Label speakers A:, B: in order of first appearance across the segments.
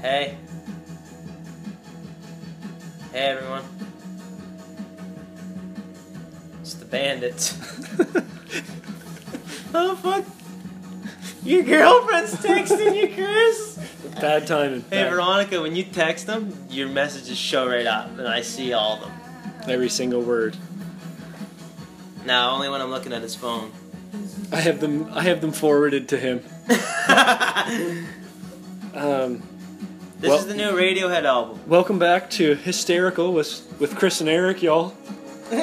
A: Hey. Hey, everyone. It's the bandits. oh, fuck. Your girlfriend's texting you, Chris.
B: Bad timing.
A: Hey,
B: Bad-
A: Veronica, when you text them, your messages show right up, and I see all of them.
B: Every single word.
A: Now, only when I'm looking at his phone.
B: I have them. I have them forwarded to him.
A: this
B: Um,
A: is
B: Well-
A: the new Radiohead album.
B: welcome back to Hysterical with with Chris and Eric, y'all.
A: no,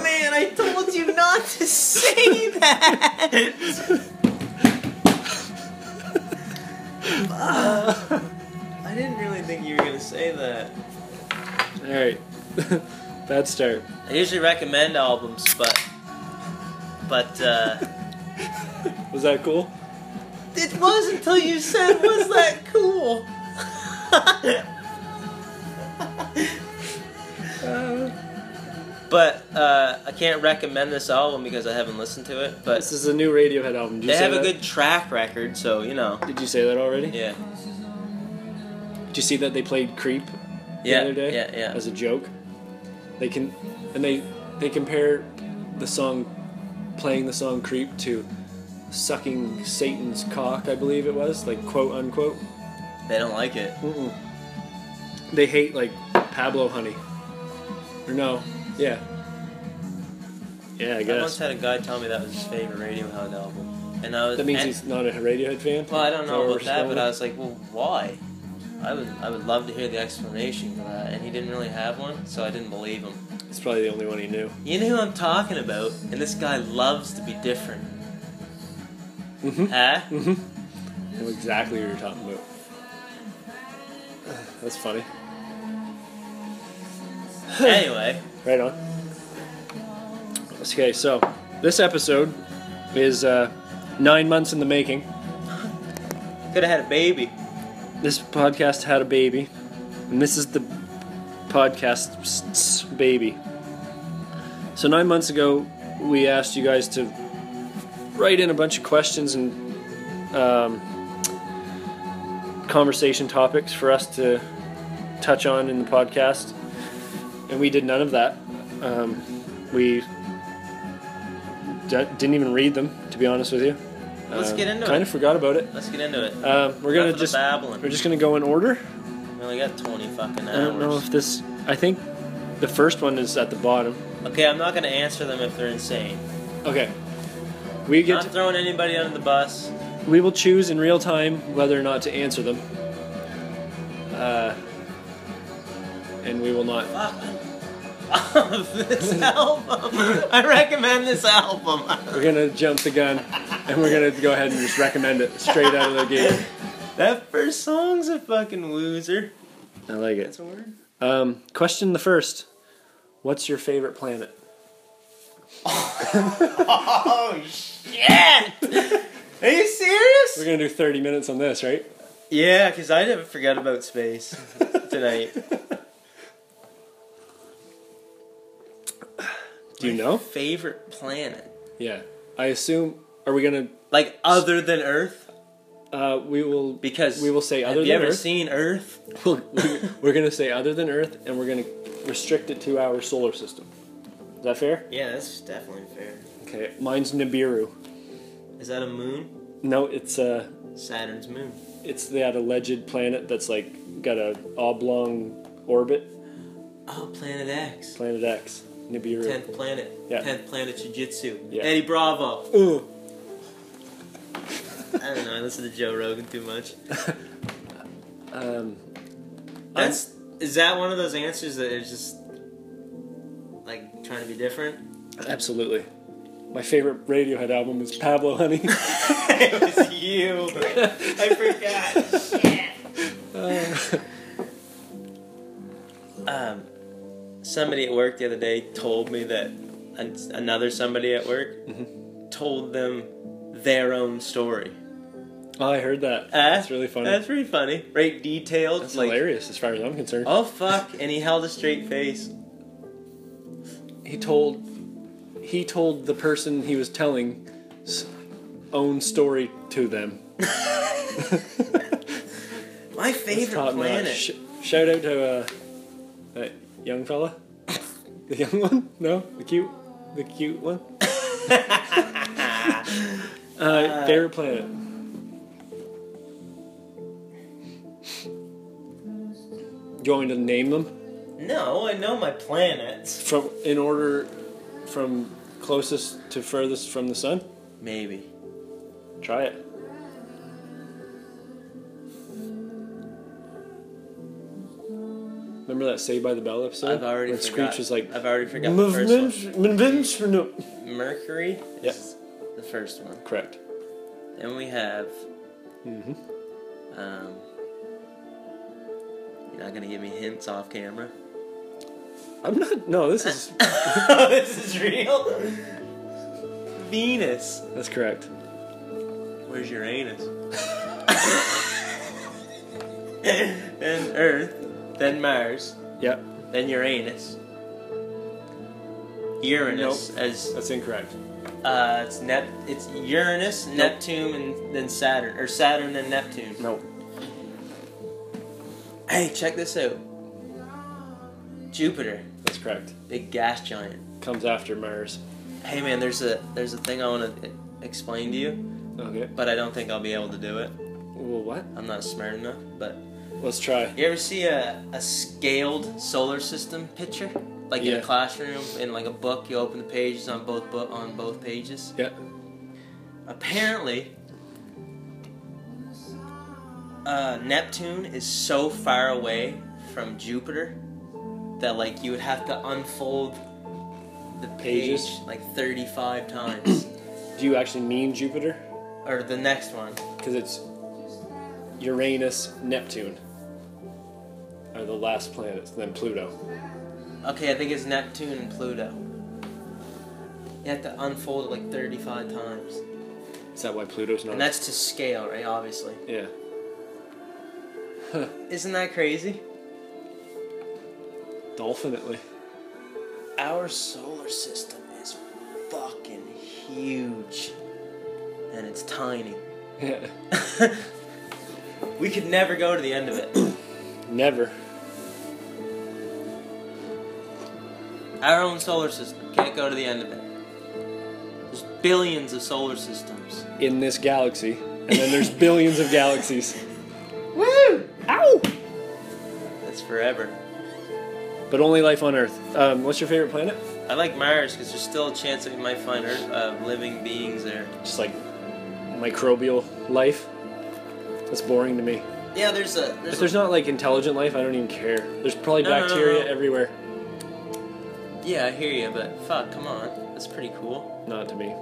A: man, I told you not to say that. Fuck. I didn't really think you were gonna say that.
B: All right. Bad start.
A: I usually recommend albums, but but uh,
B: Was that cool?
A: it was until you said, "Was that cool?" but uh, I can't recommend this album because I haven't listened to it. But
B: This is a new Radiohead album. Did you
A: They
B: say
A: have a
B: that?
A: good track record, so you know.
B: Did you say that already?
A: Yeah.
B: Did you see that they played Creep the
A: Yeah.
B: other day
A: Yeah. Yeah.
B: as a joke? They can and they they compare the song playing the song Creep to sucking Satan's cock, I believe it was, like quote unquote.
A: They don't like it.
B: Mm-mm. Mm-hmm. They hate like Pablo honey. Or no. Yeah. Yeah, I
A: I once
B: guess.
A: had a guy tell me that was his favorite Radiohead album, and I was.
B: That means
A: and-
B: he's not a Radiohead fan.
A: Well, I don't
B: Is
A: know
B: where
A: about
B: we're
A: that, but I
B: going?
A: was like, well, why? I would, I would love to hear the explanation for that, and he didn't really have one, so I didn't believe him.
B: it's probably the only one he knew.
A: You know who I'm talking about, and this guy loves to be different.
B: Mm-hmm.
A: Huh?
B: Mm-hmm. I know exactly what you're talking about. That's funny. Mm-hmm.
A: anyway,
B: Right on. Okay, so this episode is uh, nine months in the making.
A: could have had a baby.
B: This podcast had a baby, and this is the podcast's baby. So nine months ago, we asked you guys to write in a bunch of questions and um, conversation topics for us to touch on in the podcast, and we did none of that. Um, we d- didn't even read them, to be honest with you. Uh,
A: Let's get into
B: Kind
A: it.
B: of forgot about it.
A: Let's get into it.
B: Um, we're gonna
A: Enough of the
B: just
A: babbling.
B: we're just gonna go in order.
A: We only got 20 fucking hours.
B: I don't know if this. I think the first one is at the bottom.
A: Okay, I'm not gonna answer them if they're insane.
B: Okay. We get
A: Not throwing anybody under the bus.
B: to, we will choose in real time whether or not to answer them. Uh, and we will not.
A: Fuck. this album. I recommend this album.
B: We're gonna jump the gun, and we're gonna go ahead and just recommend it straight out of the gate.
A: That first song's a fucking woozer.
B: I like it.
A: a word.
B: Um, question the first. What's your favorite planet?
A: Oh shit! Are you
B: We're
A: serious?
B: gonna do 30 minutes on this, right?
A: Yeah, because I didn't forget about space tonight.
B: Do you know?
A: Favorite planet?
B: Yeah. I assume. Are we gonna?
A: Like other than Earth?
B: Uh, we will.
A: Because
B: we will say other
A: have you
B: than
A: ever
B: Earth.
A: seen Earth?
B: We'll- we're, we're going to say other than Earth, and we're going to restrict it to our solar system. Is that fair?
A: Yeah, that's definitely fair.
B: Okay. Mine's Nibiru.
A: Is that a moon?
B: No, it's uh,
A: Saturn's moon.
B: it's that alleged planet that's like got a oblong orbit.
A: Oh, Planet X.
B: Planet X, Nibiru.
A: Tenth planet.
B: Yeah.
A: Tenth planet jujitsu.
B: Yeah.
A: Eddie Bravo.
B: Ooh.
A: I don't know. I listen to Joe Rogan too much.
B: Um,
A: That's is that one of those answers that is just like trying to be different?
B: absolutely. My favorite Radiohead album is Pablo Honey.
A: it was you. I forgot. Um, somebody at work the other day told me that an- another somebody at work
B: Mm-hmm.
A: told them their own story.
B: oh, I heard that.
A: Eh?
B: that's really funny.
A: That's pretty funny. Right detailed.
B: That's
A: like,
B: hilarious, as far as I'm concerned.
A: Oh fuck! And he held a straight face.
B: he told he told the person he was telling s- own story to them.
A: My My
B: It's
A: favorite
B: top
A: planet.
B: notch. Sh- shout out to uh, that young fella, the young one. No, the cute, the cute one. uh, favorite planet. Do you want me to name them
A: No, I know my planets.
B: from in order from closest to furthest from the sun?
A: Maybe.
B: Try it. Remember that Saved by the Bell episode?
A: I've already
B: Where
A: forgot.
B: Screech is like,
A: I've already forgot the first
B: "Movement- movement- no."
A: one. Mercury
B: Yep.
A: is the first one.
B: Correct.
A: Then we have.
B: Mhm.
A: Um, you're not gonna give me hints off camera.
B: I'm not. No, this is.
A: this is real. Venus.
B: that's correct.
A: Where's Uranus? then Earth, then Mars,
B: Yep.
A: then Uranus. Uranus as
B: That's incorrect.
A: uh, it's Nep- it's Uranus, Neptune, and then Saturn, or Saturn and Neptune.
B: No.
A: Hey, check this out. Jupiter,
B: That's correct.
A: big gas giant.
B: Comes after Mars.
A: Hey man, there's a there's a thing I want to explain to you,
B: Okay.
A: but I don't think I'll be able to do it.
B: Well, what?
A: I'm not smart enough, but
B: Let's try.
A: You ever see a, a scaled solar system picture? Like in
B: Yeah.
A: a classroom, in like a book, you open the pages on both book on both pages.
B: Yeah.
A: Apparently, uh, Neptune is so far away from Jupiter that like you would have to unfold the page
B: Pages?
A: like 35 times,
B: Do you actually mean Jupiter?
A: or the next one.
B: Because it's Uranus, Neptune are the last planets, then Pluto.
A: Okay, I think it's Neptune and Pluto. You have to unfold it like 35 times.
B: Is that why Pluto's not?
A: And that's to scale, right? Obviously.
B: yeah.
A: Isn't that crazy?
B: Dolphinately.
A: Our solar system is fucking huge. And it's tiny.
B: Yeah.
A: We could never go to the end of it.
B: Never.
A: Our own solar system can't go to the end of it. There's billions of solar systems.
B: In this galaxy. And then there's billions of galaxies.
A: Woo!
B: Ow!
A: That's forever.
B: But only life on Earth. Um, what's your favorite planet?
A: I like Mars because there's still a chance that we might find Earth, uh, living beings there.
B: Just like microbial life. That's boring to me.
A: Yeah, there's a there's,
B: If there's
A: a,
B: not like intelligent life, I don't even care. There's probably
A: No, no, no,
B: bacteria
A: no.
B: everywhere.
A: yeah I hear you, but fuck, come on, that's pretty cool.
B: Not to me.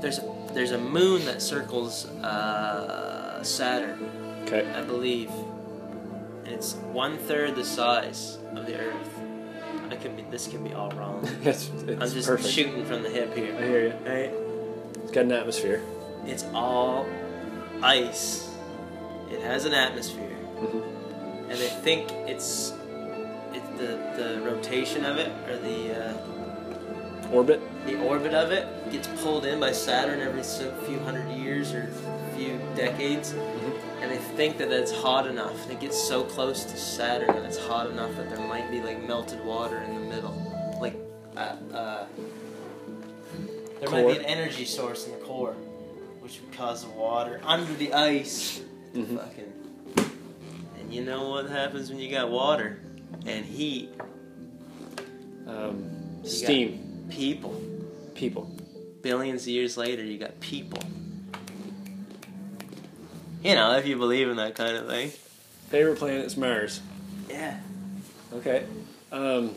A: There's a, there's a moon that circles uh, Saturn,
B: Okay.
A: I believe, and it's one third the size of the Earth. I could be this could be all wrong.
B: It's,
A: I'm
B: it's
A: just
B: perfect.
A: shooting from the hip
B: I
A: here.
B: hear you.
A: Right?
B: It's got an atmosphere.
A: It's all ice. It has an atmosphere, Mm-hmm. and I think it's it's the the rotation of it or the uh,
B: Orbit.
A: the orbit of it gets pulled in by Saturn every so few hundred years or few decades. and they think that it's hot enough. It gets so close to Saturn and it's hot enough that there might be like melted water in the middle, like uh, uh, there might
B: Core.
A: be an energy source in the core, which would cause the water under the ice. to
B: Mhm.
A: Fucking. And you know what happens when you got water and heat?
B: Um,
A: You
B: steam.
A: got people.
B: People.
A: Billions of years later, you got people. You know, if you believe in that kind of thing.
B: Favorite planet is Mars.
A: Yeah.
B: Okay. Um,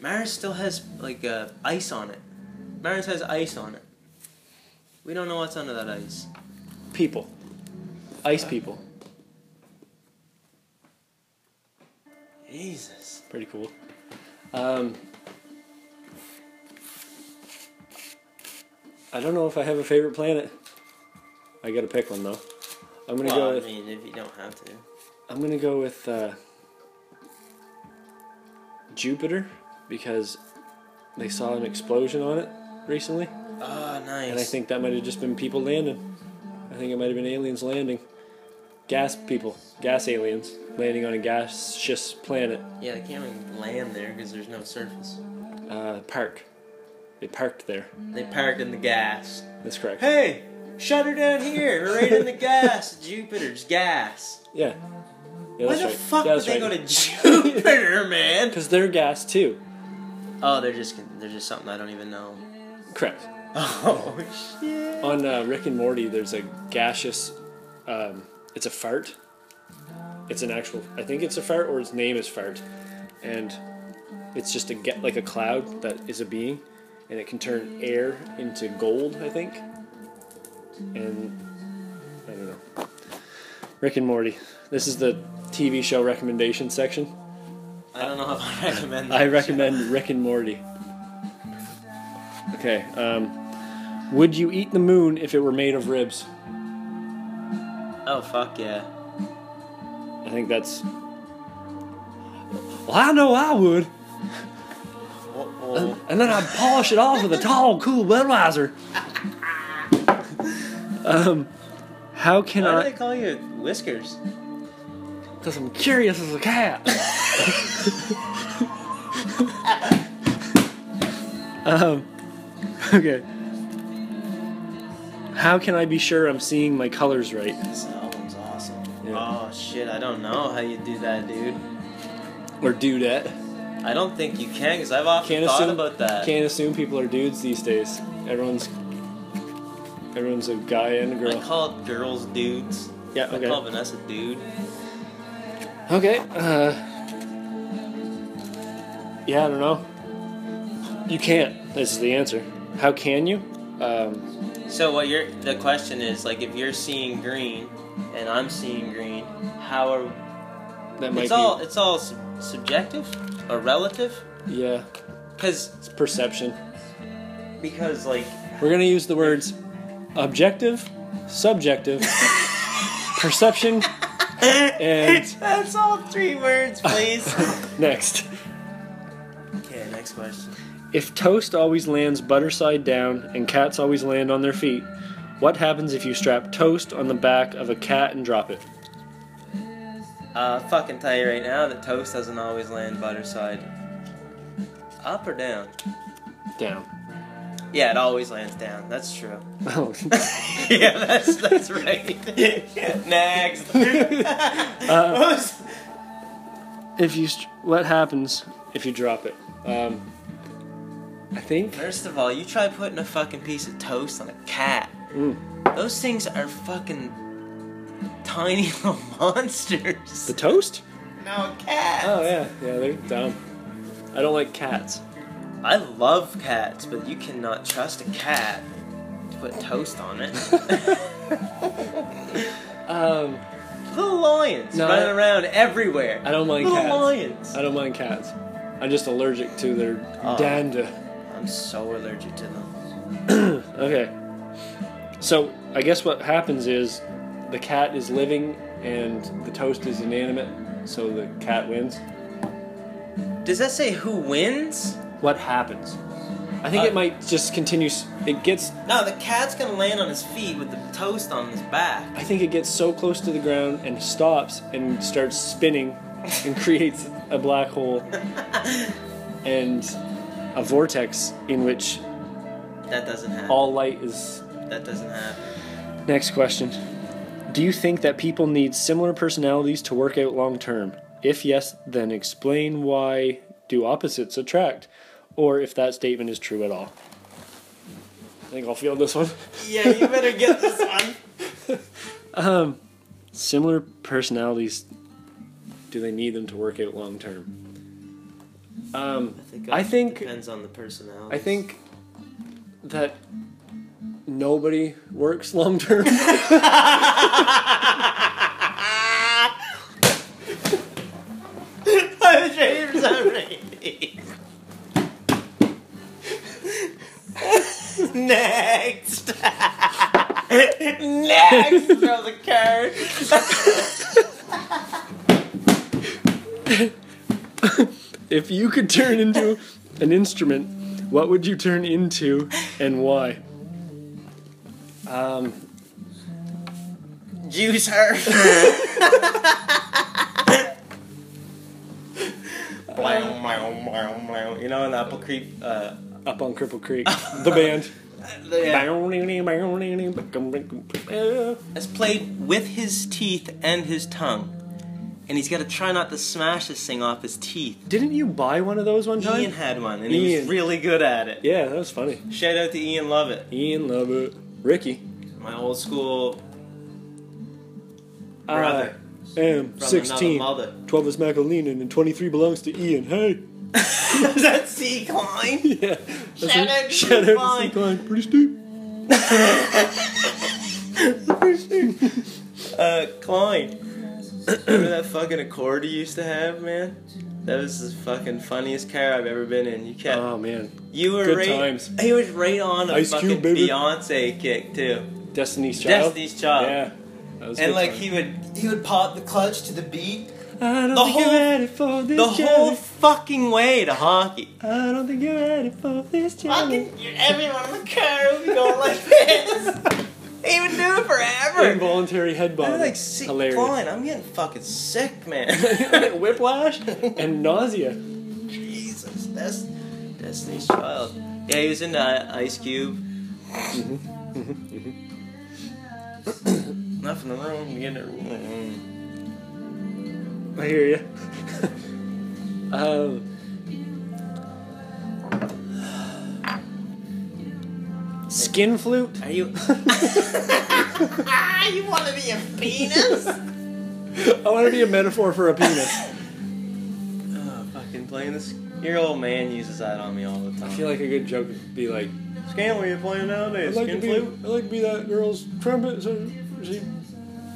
A: Mars still has like uh, ice on it. Mars has ice on it. We don't know what's under that ice.
B: people. Ice people.
A: Jesus.
B: Pretty cool. Um, I don't know if I have a favorite planet. I gotta pick one though. I'm gonna
A: Well,
B: go with.
A: I mean, if you don't have to.
B: I'm gonna go with uh, Jupiter because they saw an explosion on it recently,
A: Oh, nice.
B: and I think that might have just been people landing. I think it might have been aliens landing. gas people, gas aliens, landing on a gaseous planet
A: Yeah, they can't even land there because there's no surface.
B: uh, park. They parked there.
A: They parked in the gas.
B: That's correct.
A: Hey, shut her down here. We're right in the gas. Jupiter's gas.
B: Yeah.
A: Why
B: yeah that's
A: the
B: right.
A: fuck
B: yeah,
A: would they go to Jupiter, man?
B: Because they're gas too.
A: Oh, they're just they're just something I don't even know.
B: Correct.
A: Oh shit.
B: On uh, Rick and Morty, there's a gaseous. Um, it's a fart. It's an actual. I think it's a fart, or its name is fart, and it's just a get like a cloud that is a being, and it can turn air into gold. I think. And I don't know. Rick and Morty. This is the TV show recommendation section.
A: I don't know if I recommend that.
B: I recommend Rick and Morty. Okay. Um, would you eat the moon if it were made of ribs?
A: Oh fuck yeah.
B: I think that's. Well, I know I would,
A: Uh-oh.
B: and then I'd polish it off with a tall, cool Budweiser. um, how can
A: Why do
B: I?
A: they call you Whiskers?
B: Because I'm curious as a cat. um, okay. How can I be sure I'm seeing my colors right?
A: This album's awesome.
B: Yeah.
A: Oh shit, I don't know how you do that, dude.
B: Or dudette?
A: I don't think you can, because I've often
B: Can't
A: thought
B: assume
A: about that.
B: Can't assume people are dudes these days. Everyone's everyone's a guy and a
A: I
B: girl.
A: call girls dudes.
B: Yeah, okay.
A: I call Vanessa dude.
B: Okay. Uh, yeah, I don't know. You can't. This is the answer. How can you? Um,
A: So what you're the question is like if you're seeing green and I'm seeing green, how are
B: that might
A: it's
B: be.
A: all it's all sub- subjective or relative?
B: yeah,
A: Because
B: it's perception.
A: because like
B: We're gonna use the words objective, subjective, perception, and
A: that's all three words, please.
B: next.
A: okay, next question.
B: If toast always lands butter side down and cats always land on their feet, what happens if you strap toast on the back of a cat and drop it?
A: Uh, I'll fucking tell you right now that toast doesn't always land butter side up or down.
B: Down.
A: Yeah, it always lands down. That's true.
B: Oh.
A: yeah, that's that's right. Next. What was-
B: if you, str- what happens if you drop it? Um, I think
A: First of all, you try putting a fucking piece of toast on a cat. Those things are fucking tiny little monsters.
B: the toast.
A: No cats.
B: Oh yeah, yeah, they're dumb. I don't like cats.
A: I love cats, but you cannot trust a cat to put toast on it.
B: Um,
A: little lions
B: No,
A: running
B: I-
A: around everywhere.
B: I don't mind
A: little
B: cats.
A: lions.
B: I don't mind cats. I'm just allergic to their
A: Oh.
B: dander.
A: I'm so allergic to them.
B: Okay. So I guess what happens is the cat is living and the toast is inanimate, so the cat wins.
A: Does that say who wins?
B: What happens? I think
A: Uh,
B: it might just continue. s- It gets.
A: No, the cat's gonna land on his feet with the toast on his back.
B: I think it gets so close to the ground and stops and starts spinning and creates a black hole and a vortex in which
A: That doesn't happen.
B: all light is
A: That doesn't happen.
B: Next question. Do you think that people need similar personalities to work out long term? If yes, then explain why do opposites attract? Or if that statement is true at all. I think I'll field this one.
A: Yeah, you better get this on.
B: Similar personalities, do they need them to work out long term? Um, I
A: it
B: think-
A: depends on the personality.
B: I think that nobody works long term.
A: I was ready for something. Next. Next. Throw the card.
B: If you could turn into an instrument, what would you turn into and why? Um,
A: Juice her. Blam, blam, blam, blam. you know, in Apple Creek, uh,
B: Up on Cripple Creek, the band.
A: they- has played with his teeth and his tongue. And he's got to try not to smash this thing off his teeth.
B: Didn't you buy one of those one time?
A: Ian had one, and he was
B: Ian.
A: really good at it.
B: Yeah, that was funny.
A: Shout out to Ian Lovett,
B: Ian Lovett. Ricky.
A: my old school
B: I
A: brother
B: am
A: from
B: 16.
A: another mother.
B: 12 is Macalena and 23 belongs to Ian. Hey!
A: Is that C. Klein?
B: Yeah. That's
A: Shout
B: it.
A: out to
B: Shout
A: Ian
B: out
A: Klein.
B: to Klein. Pretty steep.
A: Uh, Klein. Remember that fucking Accord you used to have, man? That was the fucking funniest car I've ever been in. You kept,
B: Oh, man.
A: you were
B: good
A: right,
B: times.
A: He was right on a
B: Ice Cube,
A: fucking
B: baby.
A: Beyonce kick too.
B: Destiny's Child.
A: Destiny's Child.
B: Yeah. That was a
A: and
B: good
A: like
B: time.
A: he would, he would pop the clutch to the beat.
B: I don't
A: the
B: think you're
A: whole-
B: ready for this
A: The whole
B: journey.
A: fucking way to hockey.
B: I don't think you're ready for this journey.
A: Fucking everyone in the car would be going like this. he would do it forever.
B: Involuntary head
A: I
B: bobbing.
A: was like, sick,
B: Hilarious.
A: Klein, I'm getting fucking sick, man.
B: Whiplash and nausea.
A: Jesus, that's Destiny's Child. Yeah, he was into I- Ice Cube. Mm-hmm. Enough in the room, you get in the room.
B: I hear you. um, skin flute.
A: Are you? you want to be a penis?
B: I want to Oh, be a metaphor for a penis.
A: oh, fucking playing this. Your old man uses that on me all the time.
B: I feel like a good joke would be like,
A: Scan, what are you playing nowadays?
B: I'd like, to
A: Skin
B: be,
A: flute?
B: I'd like to be that girl's trumpet. So she.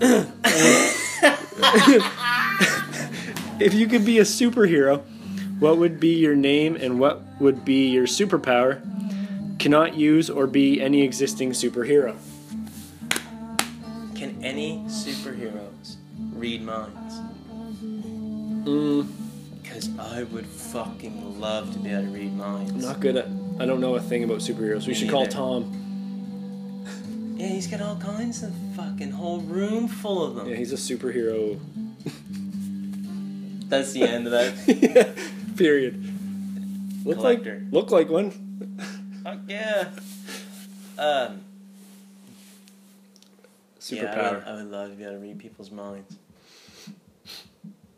B: if you could be a superhero, what would be your name and what would be your superpower? Cannot use or be any existing superhero.
A: Can any superheroes read minds?
B: Mm,
A: Because I would fucking love to be able to read minds.
B: not good at. I don't know a thing about superheroes. We
A: Me
B: should call
A: neither.
B: Tom.
A: Yeah, he's got all kinds of fucking whole room full of them.
B: Yeah, he's a superhero.
A: That's the end of that.
B: Period. Look
A: Collector.
B: like look like one.
A: Fuck yeah. Um, yeah, I would-
B: Superpower.
A: I, would love to be able to read people's minds.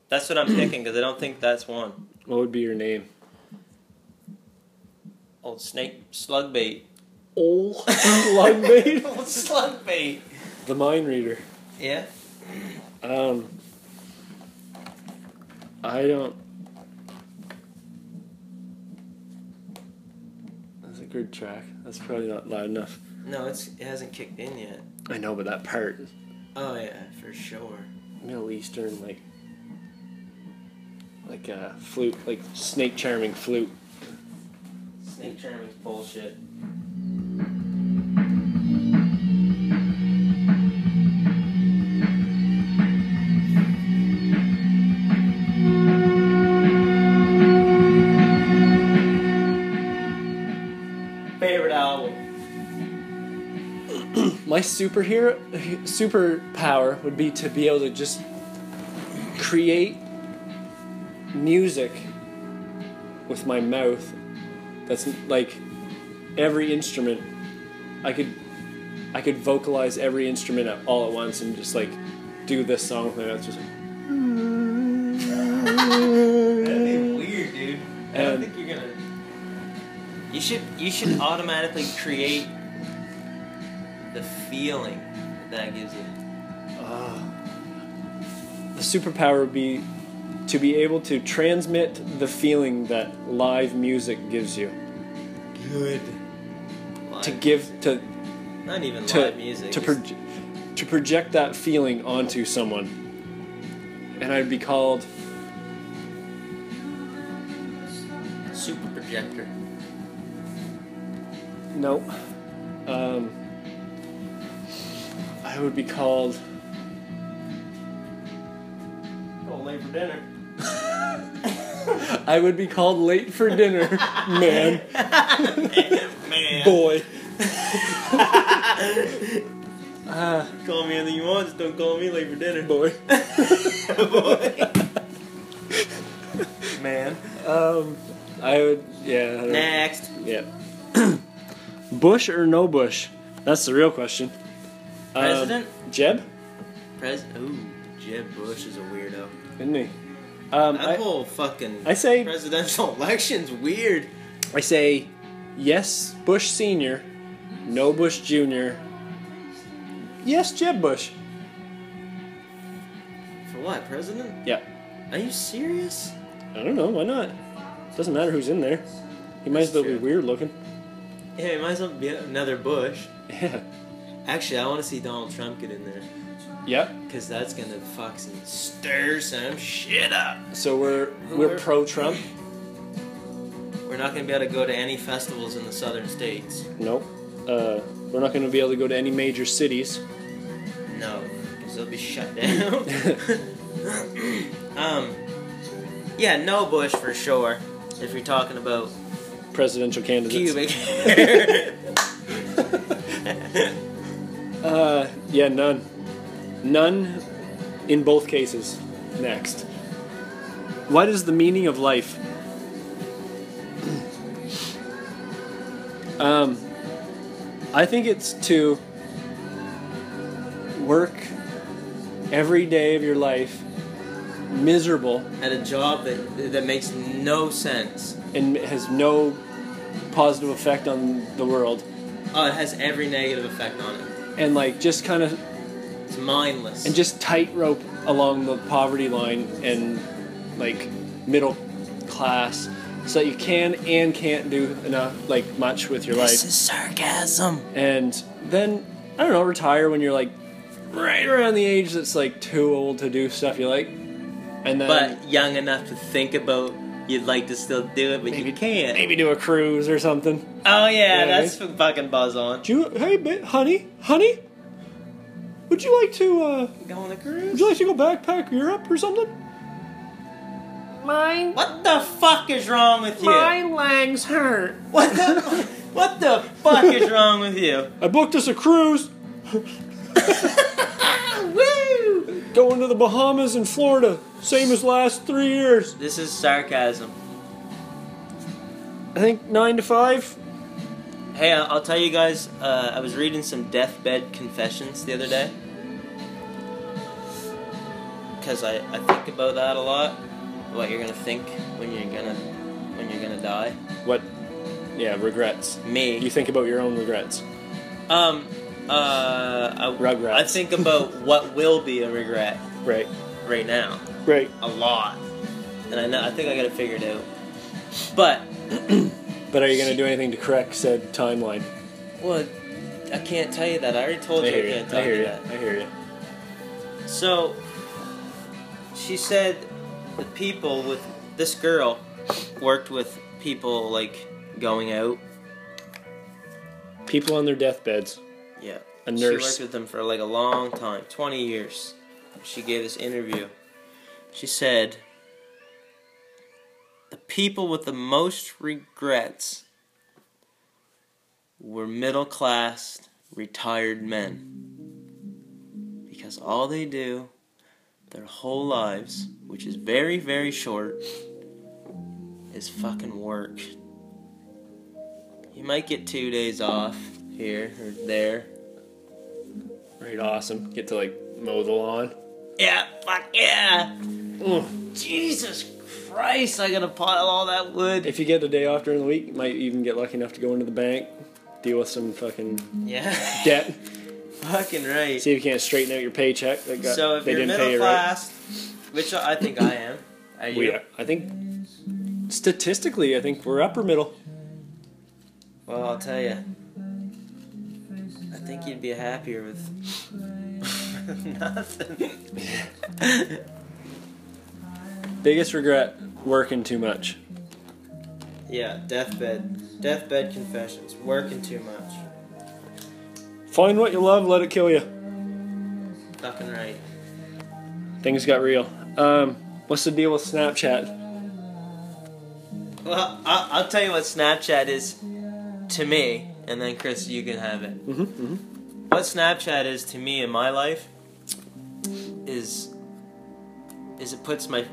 A: That's what I'm picking because I don't think that's one.
B: what would be your name?
A: Old snake slugbait.
B: Old Lugbate.
A: Old slugbait.
B: The mind reader.
A: Yeah.
B: Um, I don't. That's a good track. That's probably not loud enough.
A: No, it's it hasn't kicked in yet.
B: I know, but that part,
A: Oh yeah, for sure.
B: Middle Eastern, like, like a flute, like snake charming flute.
A: Snake charming's bullshit. Favorite album.
B: My superhero superpower would be to be able to just create music with my mouth. That's like every instrument. I could I could vocalize every instrument at, all at once and just like do this song with my mouth. Just like,
A: That'd be weird, dude. I don't
B: Um,
A: think you're gonna. You should you should automatically create the feeling that, that gives you.
B: the superpower would be to be able to transmit the feeling that live music gives you.
A: Good.
B: To give to
A: Not even
B: to
A: live music.
B: to,
A: just-
B: proje- to project that feeling onto someone, and I'd be called
A: Super projector.
B: no. Um, I would be called
A: Go late for dinner.
B: I would be called late for dinner, man,
A: Man.
B: boy. Uh,
A: Call me anything you want, just don't call me late for dinner.
B: boy.
A: Man.
B: Um, I would. Yeah. I don't know.
A: Next.
B: Yeah. Bush or no Bush? That's the real question. Um,
A: President?
B: Jeb?
A: Um, Pres. Ooh, Jeb Bush is a weirdo.
B: Isn't he? Um,
A: That
B: I,
A: whole fucking
B: I say-
A: presidential election's weird.
B: I say yes, Bush Sr., no Bush Jr., yes, Jeb Bush.
A: For what, president?
B: Yeah.
A: Are you serious?
B: I don't know, why not? Doesn't matter who's in there. He might as well be
A: true.
B: weird looking.
A: Yeah, it might as well be another Bush.
B: Yeah.
A: Actually, I want to see Donald Trump get in there.
B: Yep.
A: Because that's going to fucking stir some shit up.
B: So we're we're pro Trump?
A: We're not going to be able to go to any festivals in the southern states.
B: Nope. Uh, we're not going to be able to go to any major cities.
A: No, because they'll be shut down. um, yeah, no Bush for sure. If you're talking about
B: Presidential
A: pubic
B: candidates. Uh, yeah, none. None in both cases. Next. What is the meaning of life? um, I think it's to work every day of your life miserable
A: at a job that that makes no sense.
B: and has no positive effect on the world
A: Oh, it has every negative effect on it.
B: and like just kind of
A: It's mindless.
B: and just tightrope along the poverty line and like middle class so that you can and can't do enough like much with your
A: this
B: life
A: is sarcasm.
B: and then i don't know retire when you're like right around the age that's like too old to do stuff you like and then
A: But young enough to think about you'd like to still do it, but you can't.
B: maybe do a cruise or something
A: Oh yeah,
B: Yeah,
A: that's fucking buzz on.
B: do you hey ba- honey honey would you like to uh
A: Go on a cruise.
B: would you like to go backpack europe or something mine
A: What the fuck is wrong with you?
B: legs hurt
A: What the What the fuck is wrong with you?
B: I booked us a cruise
A: Woo!
B: going to the Bahamas and Florida, same as last three years.
A: This is sarcasm.
B: I think nine to five.
A: Hey, I- I'll tell you guys. Uh, I was reading some deathbed confessions the other day because I, I think about that a lot. What you're gonna think when you're gonna when you're gonna die?
B: What? Yeah, regrets. You
A: Me.
B: think about your own regrets.
A: Um. Uh. I,
B: Rugrats.
A: I think about what will be a regret
B: Right.
A: right now.
B: Right.
A: A lot. And I know. I think I got it figured out. But
B: But are you going to do anything to correct said timeline?
A: Well, I can't tell you that. I already told you I can't
B: I
A: tell
B: hear
A: you
B: you.
A: that.
B: I hear you.
A: So, she said the people with this girl worked with people like going out.
B: People on their deathbeds.
A: Yeah.
B: A
A: She
B: nurse.
A: worked with them for like a long time 20 years. She gave this interview. She said, The people with the most regrets were middle class retired men. Because all they do their whole lives, which is very, very short, is fucking work. You might get two days off here or there.
B: Right. Awesome. Get to like mow the lawn.
A: Yeah, fuck yeah.
B: Ugh.
A: Jesus Christ, I gotta pile all that wood.
B: If you get a day off during the week, you might even get lucky enough to go into the bank, deal with some fucking
A: Yeah.
B: debt,
A: Fucking right.
B: see if you can't straighten out your paycheck. That got,
A: so if
B: they
A: you're
B: didn't
A: middle
B: pay you right.
A: class, which I think I am. Are you?
B: We are. I think statistically, I think we're upper middle.
A: Well, I'll tell you. I think you'd be happier with nothing.
B: Biggest regret: working too much.
A: Yeah, deathbed. Deathbed confessions. Working too much.
B: Find what you love, let it kill you.
A: Fucking right.
B: Things got real. Um, what's the deal with Snapchat?
A: Well, I- I'll tell you what Snapchat is to me, and then Chris, you can have it. Mm-hmm, what Snapchat is to me in my life is is it puts my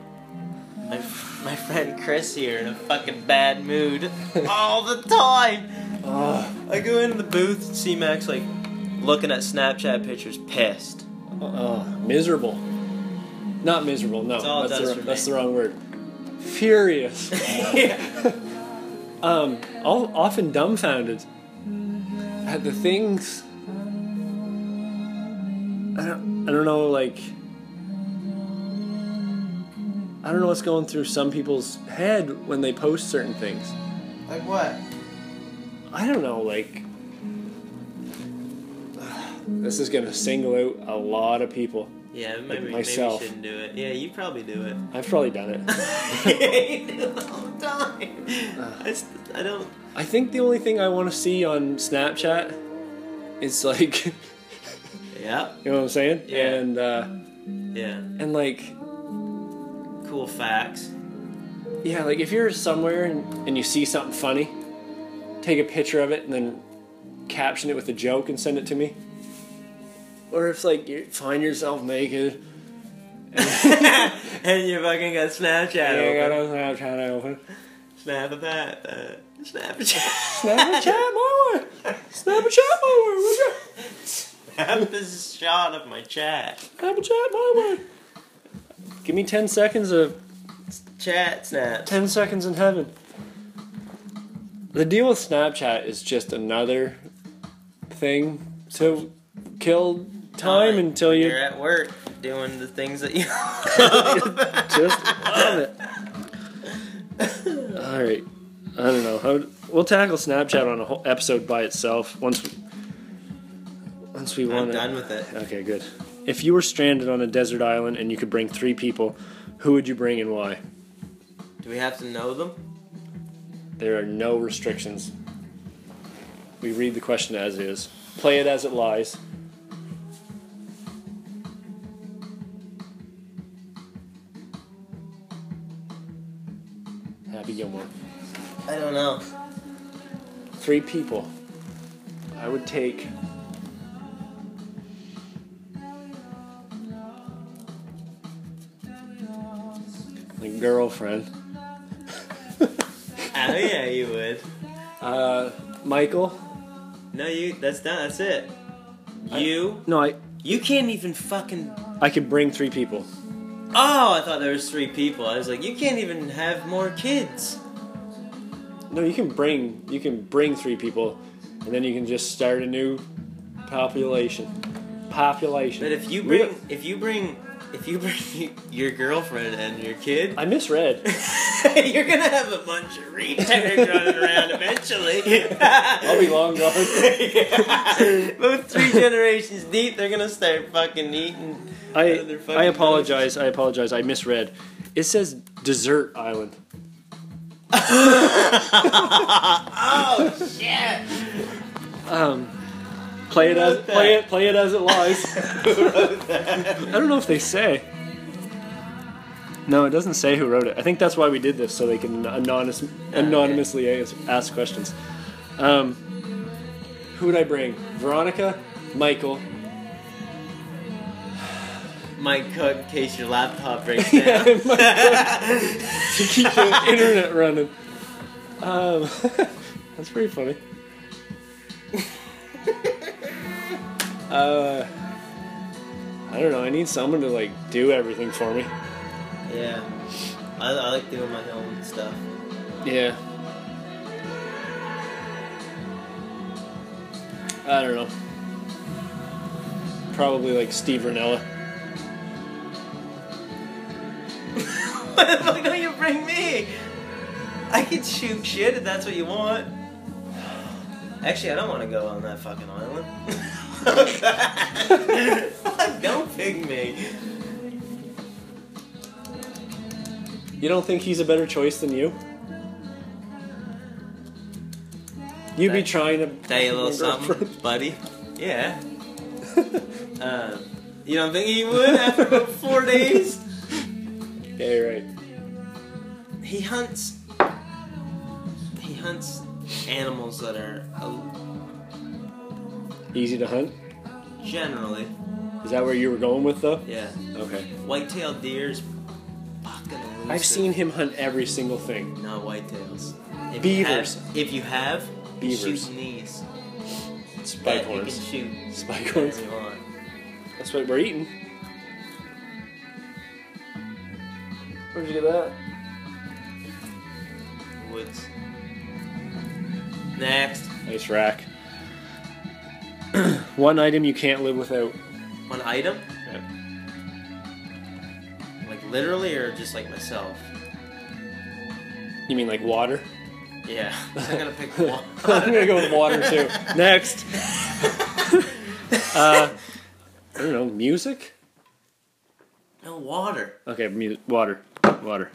A: my, my friend Chris here in a fucking bad mood all the time. I go into the booth and see Max like looking at Snapchat pictures, pissed.
B: Uh, miserable. Not miserable. No,
A: all it
B: that's,
A: does
B: the,
A: for
B: that's
A: me.
B: the wrong word. Furious. um, all, often dumbfounded at the things. I don't, I don't know, like. I don't know what's going through some people's head when they post certain things.
A: Like what?
B: I don't know, like. This is gonna single out a lot of people.
A: Yeah, maybe, maybe
B: myself.
A: you shouldn't do it. Yeah, you probably do it.
B: I've probably done it.
A: I do it all the time. I, s- I don't.
B: I think the only thing I want to see on Snapchat is like, you
A: Yeah,
B: know what I'm saying?
A: Yeah.
B: And uh,
A: yeah.
B: and like,
A: Cool facts.
B: yeah, like if you're somewhere and, and you see something funny, take a picture of it and then caption it with a joke and send it to me. Or if like you find yourself naked,
A: And you fucking got Snapchat
B: and you got
A: open.
B: on Snapchat open.
A: Snap of that. Uh, Snapchat.
B: Snapchat more. Snapchat more. What's up?
A: Snap is a shot of my chat.
B: Snapchat more. Give me ten seconds of
A: Chat snaps.
B: 10 seconds in heaven. The deal with Snapchat is just another thing to kill time
A: Time.
B: until you
A: You're at work doing the things that you.
B: just love it. All right. I don't know. How, we'll tackle Snapchat on a whole episode by itself once we, once we
A: I'm
B: want
A: done with it.
B: Okay, good. If you were stranded on a desert island and you could bring 3 people, who would you bring and why?
A: Do we have to know them?
B: There are no restrictions. We read the question as is, play it as it lies. Happy Gilmore.
A: I don't know.
B: Three people. I would take. My girlfriend.
A: Oh yeah, you would.
B: Uh, Michael.
A: No, you. That's done. That's it. You.
B: No, I.
A: You can't even fucking.
B: I could bring three people.
A: Oh, I thought there was three people. I was like, you can't even have more kids.
B: No, you can bring you can bring three people, and then you can just start a new population. Population.
A: But if you
B: We
A: bring,
B: don't-
A: if you bring, if you bring your girlfriend and your kid,
B: I misread.
A: you're gonna have a bunch of retards running around eventually.
B: I'll be long gone.
A: About three generations deep, they're gonna start fucking eating.
B: I
A: They're fucking
B: I apologize. I apologize. I misread. It says desert island.
A: Yeah.
B: Um, Play it as
A: wrote that?
B: play it play it as it lies. I don't know if they say. No, it doesn't say who wrote it. I think that's why we did this so they can anonymous, anonymously ask, ask questions. Um, who would I bring? Veronica, Michael.
A: Mike Cook, in case your laptop breaks down.
B: and Michael to keep the internet running. Um, that's pretty funny. Uh, I don't know. I need someone to like do everything for me.
A: Yeah. I, I like doing my own stuff.
B: Yeah. I don't know. Probably like Steve Ranella.
A: Why the fuck don't you bring me? I can shoot shit if that's what you want. Actually, I don't want to go on that fucking island. Fuck, don't pick me.
B: You don't think he's a better choice than you? You'd be
A: Thanks.
B: trying to
A: Tell you a little something, buddy. Yeah. Um, you don't think he would after about four days?
B: Yeah, you're right.
A: He hunts. He uh, hunts animals that are.
B: Easy to hunt.
A: Generally,
B: Is that where you were going with though?
A: yeah.
B: Okay.
A: White-tailed deer's fucking elusive.
B: I've seen him hunt every single thing.
A: Not whitetails. If you
B: Beavers.
A: have- if you have,
B: Beavers.
A: shoot knees.
B: Spike
A: That you can
B: horns.
A: shoot
B: Spike
A: whatever
B: horns.
A: you want.
B: That's what we're eating. Where'd you get that?
A: Woods. Next,
B: Nice rack. One item you can't live without.
A: one item, like literally or just like myself.
B: You mean like water?
A: Yeah, I'm gonna pick one.
B: I'm gonna go with water too. Next. uh, I don't know. Music.
A: No water.
B: Okay, mu- water, water.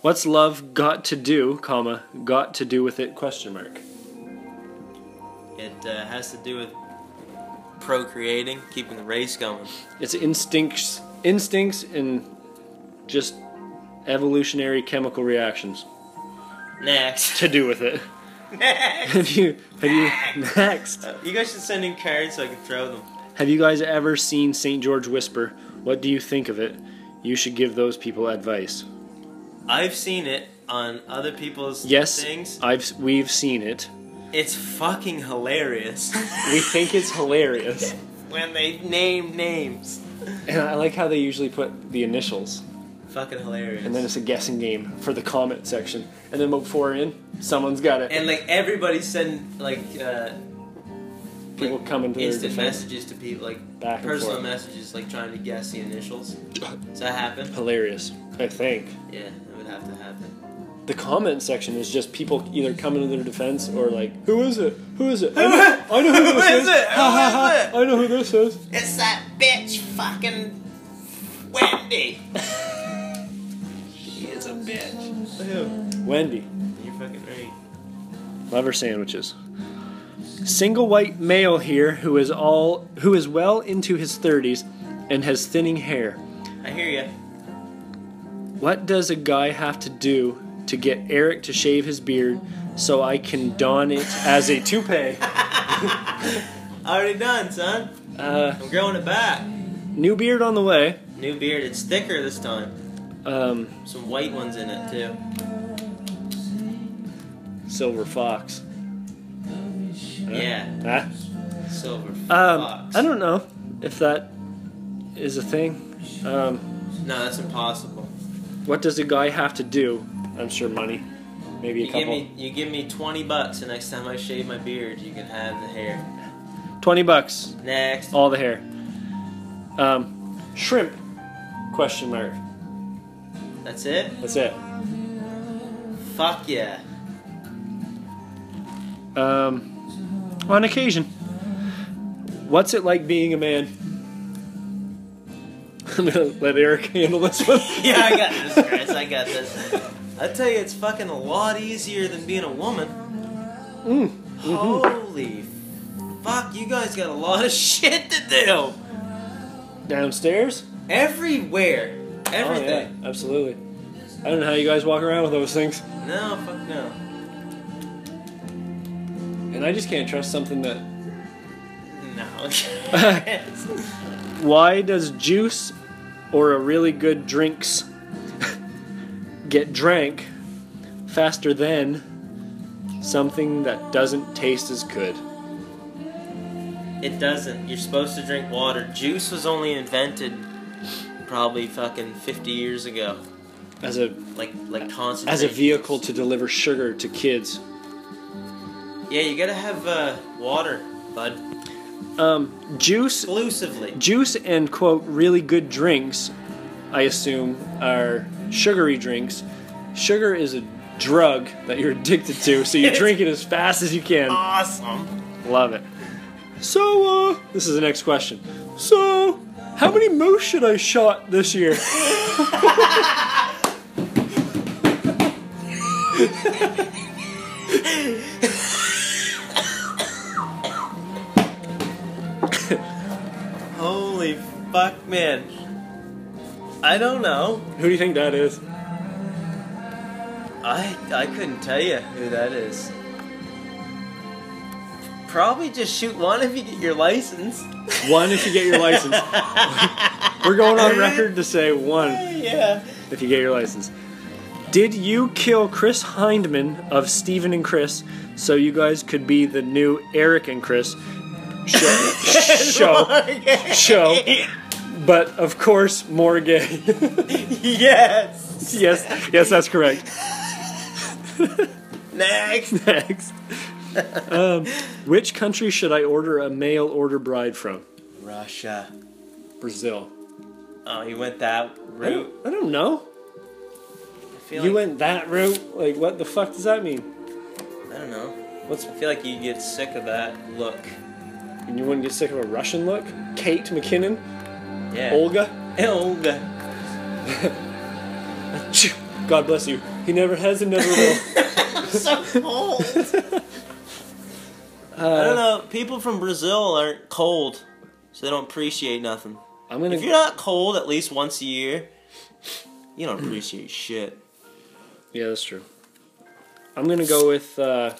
B: What's love got to do, comma, got to do with it? Question mark.
A: It uh, has to do with procreating, keeping the race going.
B: It's instincts, instincts, and just evolutionary chemical reactions
A: Next.
B: to do with it.
A: Next.
B: Have you, have you, next?
A: Uh, You guys should send in cards so I can throw them.
B: Have you guys ever seen St. George Whisper? What do you think of it? You should give those people advice.
A: I've seen it on other people's
B: Yes,
A: things.
B: I've we've seen it.
A: It's fucking hilarious
B: We think it's hilarious,
A: when they name names.
B: and I like how they usually put the initials.
A: Fucking hilarious.
B: and then it's a guessing game for the comment section. And then before in, someone's got it.
A: and like everybody send like uh,
B: People
A: like,
B: coming to their
A: instant
B: defense.
A: messages to people like
B: Back and
A: personal
B: forth.
A: messages like trying to guess the initials. Does that happen?
B: Hilarious, I think.
A: Yeah, it would have to happen.
B: The comment section is just people either coming to their defense or like, who is it? Who is it? I know, I know who this
A: Who is it?
B: Ha, ha, ha.
A: Who
B: I know who this is.
A: It's that bitch fucking Wendy. she is a bitch.
B: Wendy.
A: You're fucking right.
B: Love her sandwiches. Single white male here who is all who is well into his 30s and has thinning hair.
A: I hear ya.
B: What does a guy have to do to get Eric to shave his beard so I can don it as a toupee?
A: Already done, son.
B: Uh,
A: I'm growing it back.
B: new beard on the way.
A: New beard. It's thicker this time.
B: Um,
A: Some white ones in it too.
B: silver fox.
A: Yeah.
B: Huh?
A: Silver
B: Um,
A: fox.
B: I don't know if that is a thing. Um,
A: No, that's impossible.
B: what does a guy have to do? I'm sure money. Maybe a
A: You give
B: couple.
A: me you give me twenty bucks the next time I shave my beard, you can have the hair.
B: 20 bucks.
A: Next.
B: All the hair. Um, shrimp? Question mark.
A: That's it?
B: That's it.
A: Fuck yeah.
B: Um, on occasion. What's it like being a man? I'm gonna let Eric handle this one.
A: Yeah, I got this, Chris. I got this. I tell you, it's fucking a lot easier than being a woman.
B: Mm-hmm. Mm,
A: Holy fuck, you guys got a lot of shit to do.
B: Downstairs?
A: Everywhere. Everything.
B: Oh, yeah, absolutely. I don't know how you guys walk around with those things.
A: No, fuck no.
B: And I just can't trust something that.
A: No.
B: Why does juice or a really good drinks get drank faster than something that doesn't taste as good?
A: it doesn't. You're supposed to drink water. Juice was only invented probably fucking 50 years ago.
B: As a
A: Like, like concentrate.
B: as a vehicle to deliver sugar to kids.
A: Yeah, you gotta have uh, water, bud.
B: Um, juice,
A: Exclusively.
B: juice, and quote really good drinks, I assume are sugary drinks. Sugar is a drug that you're addicted to, so you drink it as fast as you can.
A: Awesome.
B: Love it. So, uh, this is the next question. So, how many moose should I shot this year?
A: Holy fuck, man. I don't know.
B: Who do you think that is?
A: I I couldn't tell you who that is. probably just shoot one if you get your license.
B: One if you get your license. We're going on record to say one
A: yeah.
B: if you get your license. Did you kill Chris Hindman of Steven and Chris so you guys could be the new Eric and Chris show? show, show. But of course, more gay.
A: yes.
B: yes, yes, that's correct.
A: Next.
B: Next. Um, which country should I order a mail order bride from?
A: Russia.
B: Brazil.
A: Oh, you went that
B: I
A: route.
B: don't, I don't know.
A: I feel
B: you
A: like,
B: went that route? Like, what the fuck does that mean?
A: I don't know.
B: What's
A: I feel like you get sick of that look.
B: and you wouldn't get sick of a Russian look? Kate McKinnon,
A: Yeah.
B: Olga.
A: Olga.
B: God bless you. He never has and never will.
A: So cold.
B: Uh,
A: I don't know. People from Brazil aren't cold, so they don't appreciate nothing.
B: I'm gonna.
A: If you're not cold at least once a year, you don't appreciate shit.
B: yeah, that's true. I'm gonna go with uh,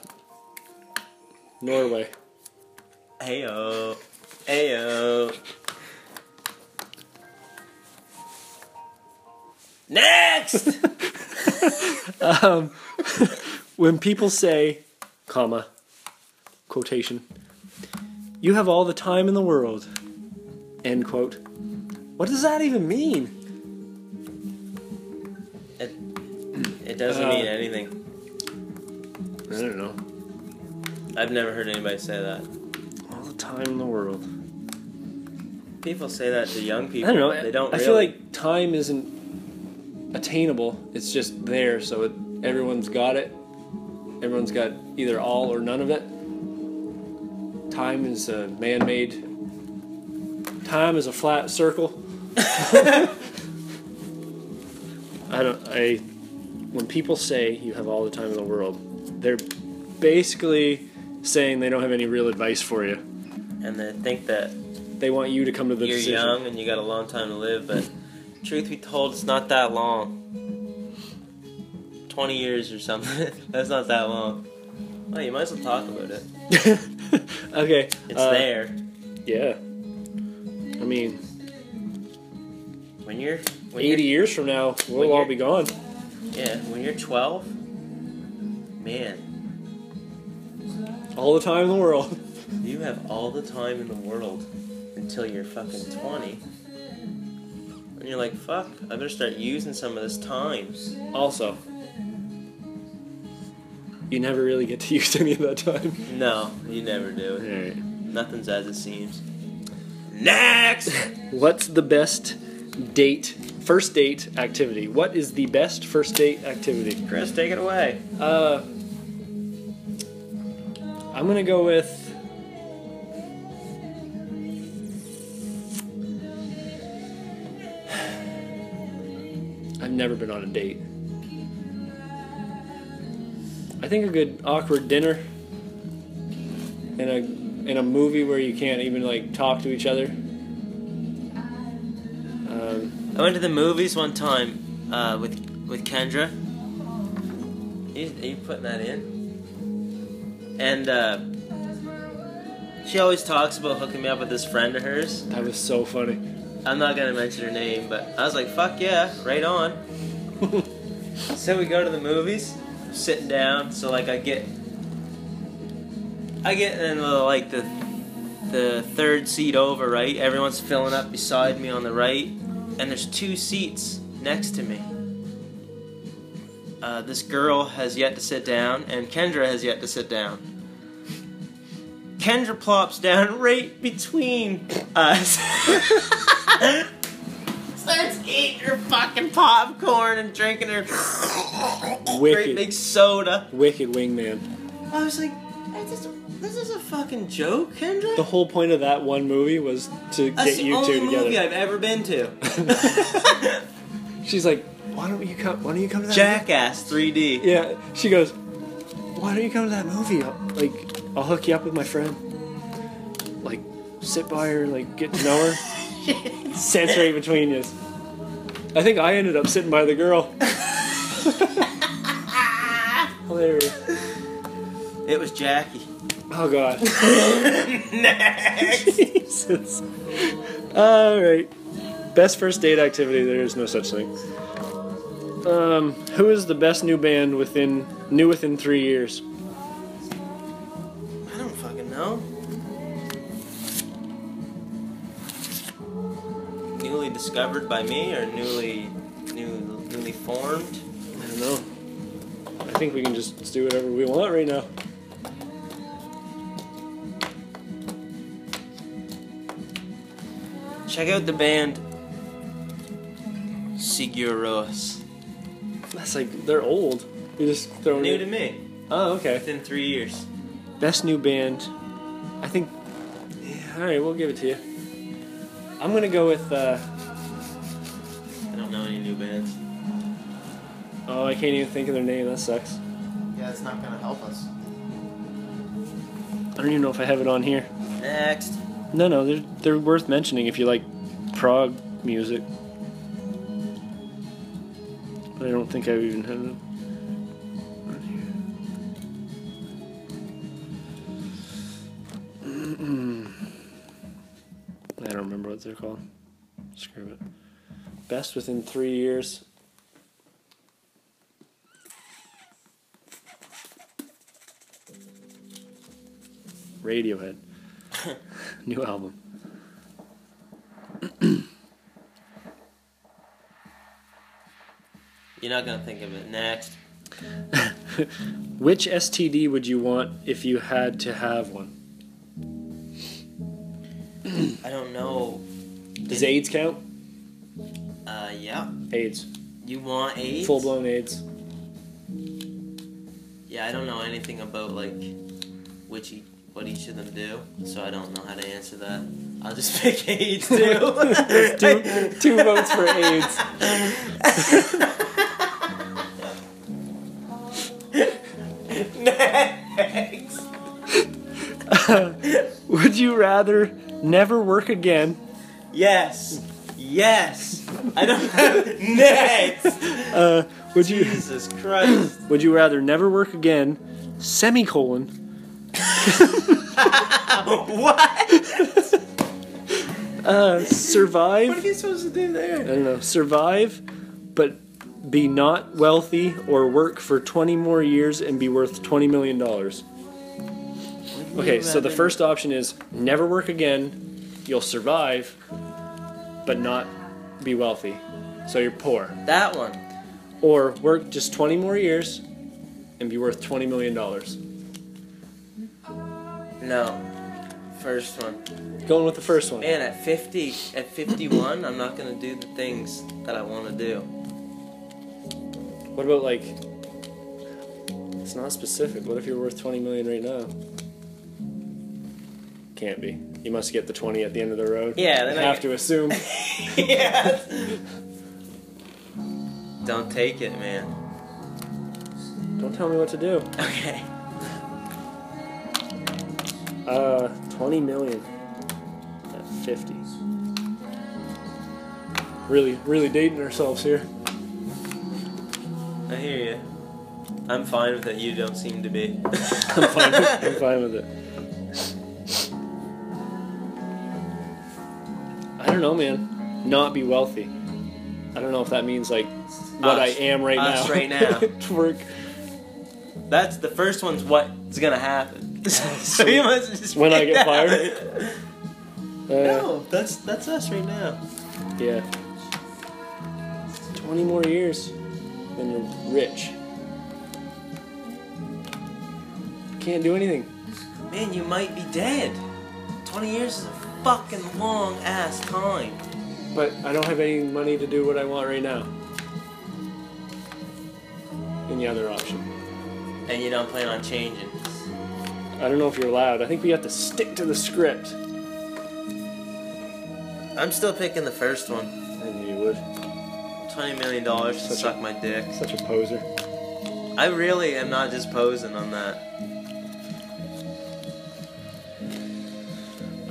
B: Norway.
A: Ayo. Ayo. Next!
B: Um, When people say, comma, quotation, you have all the time in the world, end quote. What does that even mean?
A: it, it doesn't
B: Uh,
A: mean anything.
B: I don't know.
A: I've never heard anybody say that.
B: All the time in the world.
A: People say that to young
B: I
A: people.
B: don't know.
A: They don't
B: I
A: really.
B: feel like time isn't attainable. It's just there, so it, everyone's got it. Everyone's got either all or none of it. Time is a man-made. Time is a flat circle. I don't. I. When people say you have all the time in the world, they're basically saying they don't have any real advice for you.
A: And they think that
B: They want you to come to the
A: you're
B: decision.
A: young and you got a long time to live, but truth be told, it's not that long. 20 years or something. That's not that long. Well, you might as well talk about it.
B: okay.
A: It's
B: uh,
A: there.
B: Yeah. I mean,
A: When you're. When
B: 80
A: you're,
B: years from now, we'll
A: when
B: all
A: you're-
B: be gone.
A: Yeah, when you're 12, man,
B: All the time in the world.
A: you have all the time in the world until you're fucking 20. And you're like, fuck, I better start using some of this time.
B: Also, you never really get to use any of that time.
A: No, you never do.
B: Alright.
A: Nothing's as it seems. Next!
B: What's the best date, first date activity? What is the best first date activity?
A: Chris, take it away.
B: Uh, I'm gonna go with. I've never been on a date. I think a good awkward dinner and a in a movie where you can't even like talk to each other. Um,
A: I went to the movies one time uh, with with Kendra. Are you, are you putting that in? And uh, she always talks about hooking me up with this friend of hers.
B: that was so funny.
A: I'm not gonna mention her name, but I was like, "Fuck yeah, right on." so we go to the movies, sitting down. So like, I get, I get in the, like the, the third seat over, right? Everyone's filling up beside me on the right, and there's two seats next to me. Uh, this girl has yet to sit down, and Kendra has yet to sit down. Kendra plops down right between us. Starts eating her fucking popcorn and drinking her great
B: Wicked,
A: big soda.
B: wicked wingman.
A: I was like, this, this is a fucking joke, Kendra?
B: The whole point of that one movie was to
A: That's
B: get
A: the
B: you
A: only
B: two together.
A: movie I've ever been to.
B: She's like, why don't you come? Why don't you come to that?
A: Jackass 3D.
B: Movie? Yeah. She goes, why don't you come to that movie? I'll, like, I'll hook you up with my friend. Like, sit by her, like, get to know her. Sense right between you. I think I ended up sitting by the girl. Hilarious.
A: It was Jackie.
B: Oh god. Jesus. All right. Best first date activity. There is no such thing. Um, who is the best new band within new within three years?
A: I don't fucking know. Newly discovered by me or newly new, newly formed?
B: I don't know. I think we can just do whatever we want right now.
A: Check out the band Siguros.
B: That's like they're old. You just throwing
A: New
B: it.
A: to me.
B: oh, okay.
A: Within three years.
B: Best new band. I think. Yeah, all right, we'll give it to you. I'm gonna go with. Uh,
A: I don't know any new bands.
B: oh, I can't even think of their name. That sucks.
C: Yeah, it's not gonna help us.
B: I don't even know if I have it on here.
A: Next.
B: No, no, they're they're worth mentioning if you like prog music. But I don't think I even have them. on here. Mm-mm. I don't remember what they're called. Screw it. Best within three years. Radiohead. New album.
A: You're not gonna think of it. Next.
B: Which STD would you want if you had to have one?
A: I don't know.
B: Does AIDS count?
A: Uh, yeah.
B: AIDS.
A: You want AIDS?
B: Full blown AIDS.
A: Yeah, I don't know anything about like which e- what each of them do, so I don't know how to answer that. I'll just pick AIDS too.
B: two, two votes for AIDS.
A: Next.
B: Would you rather never work again?
A: Yes. Yes. I don't know. Next.
B: Uh, would you
A: Jesus Christ.
B: would you rather never work again? Semicolon.
A: what?
B: Uh,
A: What are
B: survive.
A: you supposed to do
B: I
A: there?
B: don't know. Survive, but be not wealthy or work for 20 more years and be worth 20 million dollars. Okay, so the first option is never work again. You'll survive, but not be wealthy. So you're poor.
A: That one.
B: Or work just 20 more years and be worth 20 million dollars.
A: No. First one.
B: Going with the first one.
A: Man, at 50, at 51, I'm not gonna do the things that I want to do.
B: What about like It's not specific. What if you're worth 20 million right now? Can't be. You must get the 20 at the end of the road.
A: Yeah, then
B: I
A: I
B: have
A: get-
B: to assume.
A: yes. Don't take it, man.
B: Don't tell me what to do.
A: Okay.
B: Uh, 20 million at 50. Really, really dating ourselves here.
A: I hear you. I'm fine with it. You don't seem to be.
B: I'm fine with, I'm fine with it. I don't know, man. Not be wealthy. I don't know if that means like what I
A: Us.
B: am right
A: Us
B: now.
A: right now.
B: To work.
A: That's the first one's what's gonna happen. so you must just
B: When I
A: pick that.
B: get fired? Uh,
A: No, that's that's us right now.
B: Yeah. 20 more years, then you're rich. Can't do anything.
A: Man, you might be dead. Twenty years is a fucking long ass time.
B: But I don't have any money to do what I want right now. Any other option?
A: And you don't plan on changing.
B: I don't know if you're allowed. I think we have to stick to the script.
A: I'm still picking the first one.
B: I knew you would.
A: Twenty million dollars to
B: Such a-
A: suck my dick.
B: Such a poser.
A: I really am not just posing on that.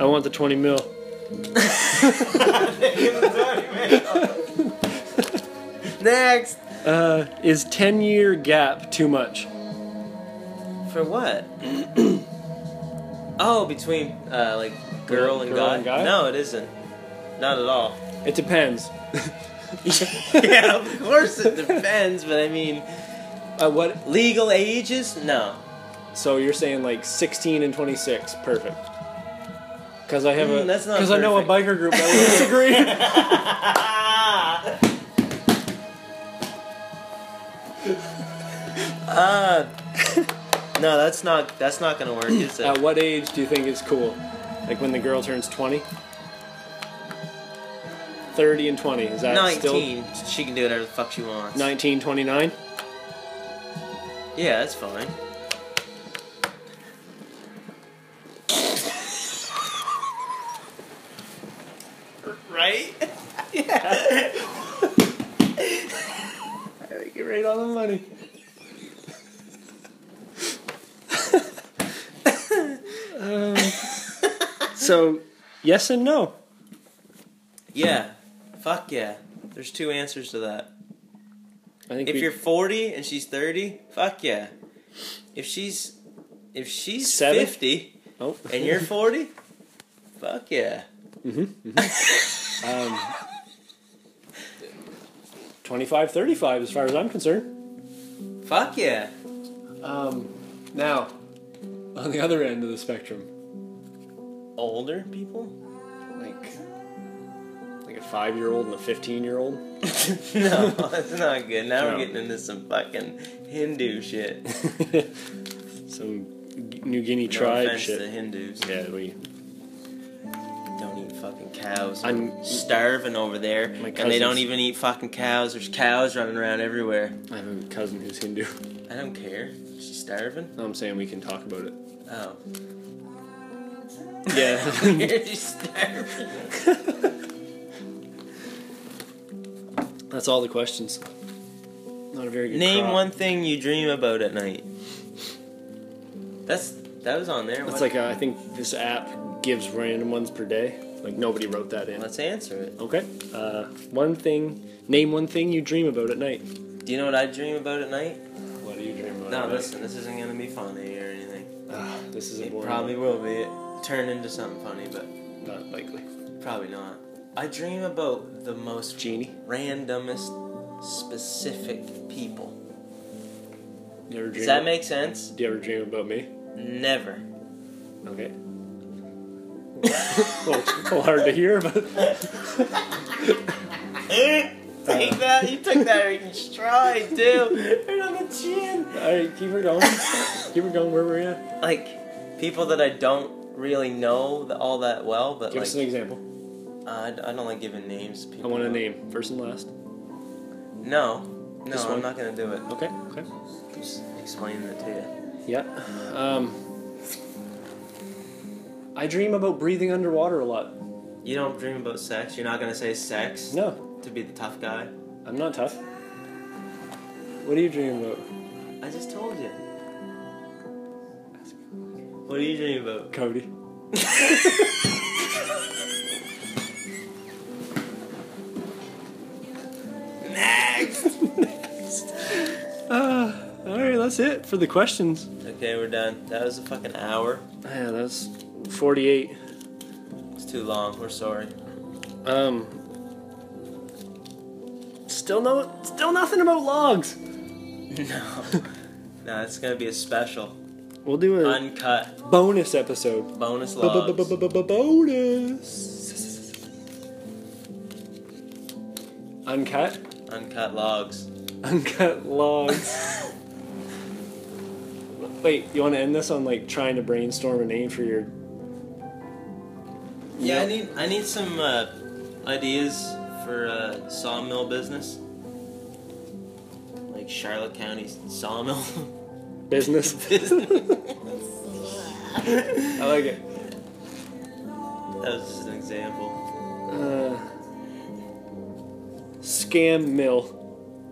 B: I want the 20 mil.
A: Next.
B: Uh, is 10 year gap too much?
A: For what? Oh, between uh, like girl and
B: Girl
A: guy?
B: and guy?
A: No, it isn't. Not at all.
B: It depends.
A: yeah, of course it depends, but I mean,
B: Uh, what?
A: legal ages? No.
B: So you're saying like 16 and 26, perfect. Because I have
A: Mm,
B: a
A: that's not
B: because I know a
A: perfect.
B: biker group that would disagree.
A: Ah. uh, no, that's not that's not gonna work, is it?
B: At what age do you think it's cool? Like when the girl turns 20? 30 and 20, is that still
A: Nineteen. She can do whatever the fuck she wants.
B: 19, 29?
A: Yeah, that's fine. right? yeah.
B: I think you're right on the money. Um, so, yes and no.
A: Yeah. Fuck yeah. There's two answers to that.
B: I think
A: If
B: we-
A: you're 40 and she's 30, fuck yeah. If she's if she's
B: Seven?
A: 50
B: oh.
A: and you're 40, fuck yeah.
B: mm-hmm, Um, 25, 35, Um, as far as I'm concerned.
A: Fuck yeah.
B: Um, now, on the other end of the spectrum,
A: Older people?
B: like like a five year old and a 15 year old.
A: no, that's not good. Now
B: No.
A: we're getting into some fucking Hindu shit.
B: Some G- New Guinea
A: No
B: tribe
A: offense eh? to
B: shit.
A: Hindus.
B: Yeah, we.
A: Don't eat fucking cows.
B: I'm-
A: I'm starving over there,
B: My
A: and they don't
B: cousins-
A: even eat fucking cows. There's cows running around everywhere.
B: I have a cousin who's Hindu.
A: I don't care. She's starving.
B: No, I'm saying we can talk about it.
A: Oh,
B: Yeah.
A: she's starving.
B: That's all the questions. Not a very good
A: Name
B: crop.
A: one thing you dream about at night. That's that was on there.
B: That's
A: What-
B: like, uh, I think this app gives random ones per day. Like, nobody wrote that in.
A: Let's answer it.
B: Okay. Uh, one thing. Name one thing you dream about at night.
A: Do you know what I dream about at night?
B: What do you dream about? Ah,
A: No, listen. This isn't gonna be funny or anything.
B: this is a
A: It
B: boring
A: probably
B: one.
A: will be. It turn into something funny, but
B: not likely.
A: probably not. I dream about the most
B: Genie.
A: randomest specific people.
B: You ever dream?
A: Does that make sense?
B: Do you ever dream about me?
A: Never.
B: Okay. a, little, a little hard to hear, but
A: Take that. You took that in stride, dude. Right on the chin.
B: all right, keep her going. keep her going. Where were you? Give
A: Like people that I don't really know th- all that well, but
B: us an
A: like
B: example.
A: I, I don't like giving names. To
B: I
A: people.
B: want a name, first and last.
A: No, no,
B: This one?
A: I'm not gonna do it.
B: Okay. Okay.
A: Just explaining it to you.
B: Yeah. Um. I dream about breathing underwater a lot.
A: You don't dream about sex. You're not gonna say sex
B: No,
A: to be the tough guy.
B: I'm not tough. What do you dream about?
A: I just told you. What do you dream about?
B: Cody. Uh, all right, that's it for the questions.
A: Okay, we're done. That was a fucking hour.
B: Yeah, that's 48.
A: It's too long. We're sorry.
B: Um, still no, still nothing about logs.
A: No. no, it's gonna be a special,
B: We'll do a
A: uncut
B: bonus episode.
A: bonus logs.
B: Bonus. Uncut,
A: Uncut logs.
B: uncut logs. Wait, you want to end this on like trying to brainstorm a name for your?
A: Yeah, I need I need some uh, ideas for uh, sawmill business, like Charlotte County sawmill.
B: business.
A: business.
B: I like it.
A: that was just an example.
B: Uh, scam mill.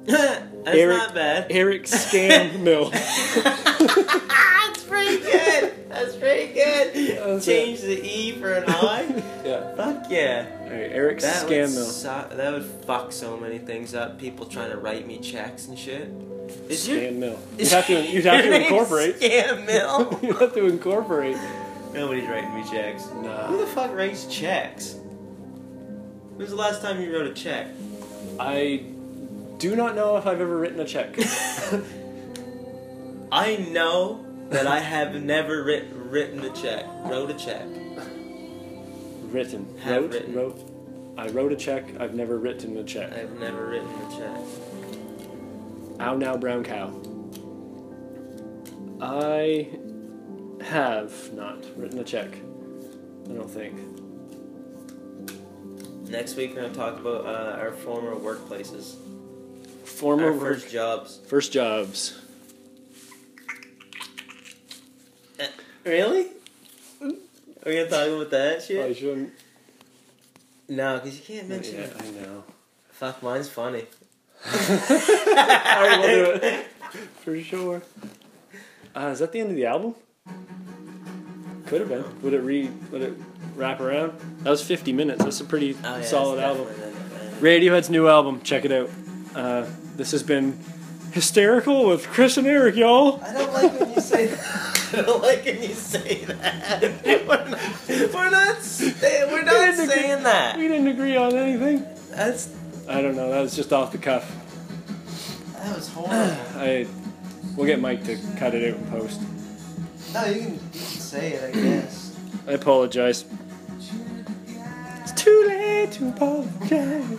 A: That's
B: Eric-
A: not bad.
B: Eric Scam Mill.
A: That's pretty good. That's pretty good.
B: That's
A: Change the E for an I.
B: Yeah.
A: Fuck yeah.
B: All right, Eric
A: That
B: Scam
A: would
B: Mill.
A: so- that would fuck so many things up. People trying to write me checks and shit. Is your
B: Scam Mill. You'd
A: is
B: have to. You'd have
A: your
B: to
A: name
B: incorporate.
A: Scam Mill.
B: you'd have to incorporate
A: Nobody's writing me checks.
B: Nah.
A: Who the fuck writes checks? When's the last time you wrote a check?
B: I do not know if I've ever written a check.
A: I know that I have never writ- written a check, wrote a check.
B: written.
A: Have
B: wrote,
A: written.
B: wrote. I wrote a check. I've never written a check.
A: I've never written a check.
B: Ow now, brown cow. I have not written a check. I don't think.
A: Next week we're gonna talk about uh, our former workplaces,
B: Former
A: our
B: work.
A: first jobs.
B: first jobs.
A: Really? Are we gonna talk about that
B: Probably
A: shit?
B: shouldn't.
A: No, because you can't mention
B: Yeah,
A: it.
B: I know.
A: Fuck, mine's funny.
B: All right, we'll do it for sure. Uh, is that the end of the album? Could have been. Would it re? Would it wrap around? That was 50 minutes. That's a pretty
A: Oh, yeah,
B: solid
A: it's
B: album.
A: definitely that.
B: Radiohead's new album. Check it out. Uh, this has been hysterical with Chris and Eric, y'all.
A: I don't like when you say that. I don't like when you say that. We're not, we're not, say- we're not
B: didn't agree.
A: saying that.
B: We didn't agree on anything.
A: That's
B: I don't know. That was just off the cuff.
C: That was horrible.
B: I we'll get Mike to cut it out and post.
C: no, you can, you can say it, I guess.
B: I apologize. It's too late to apologize.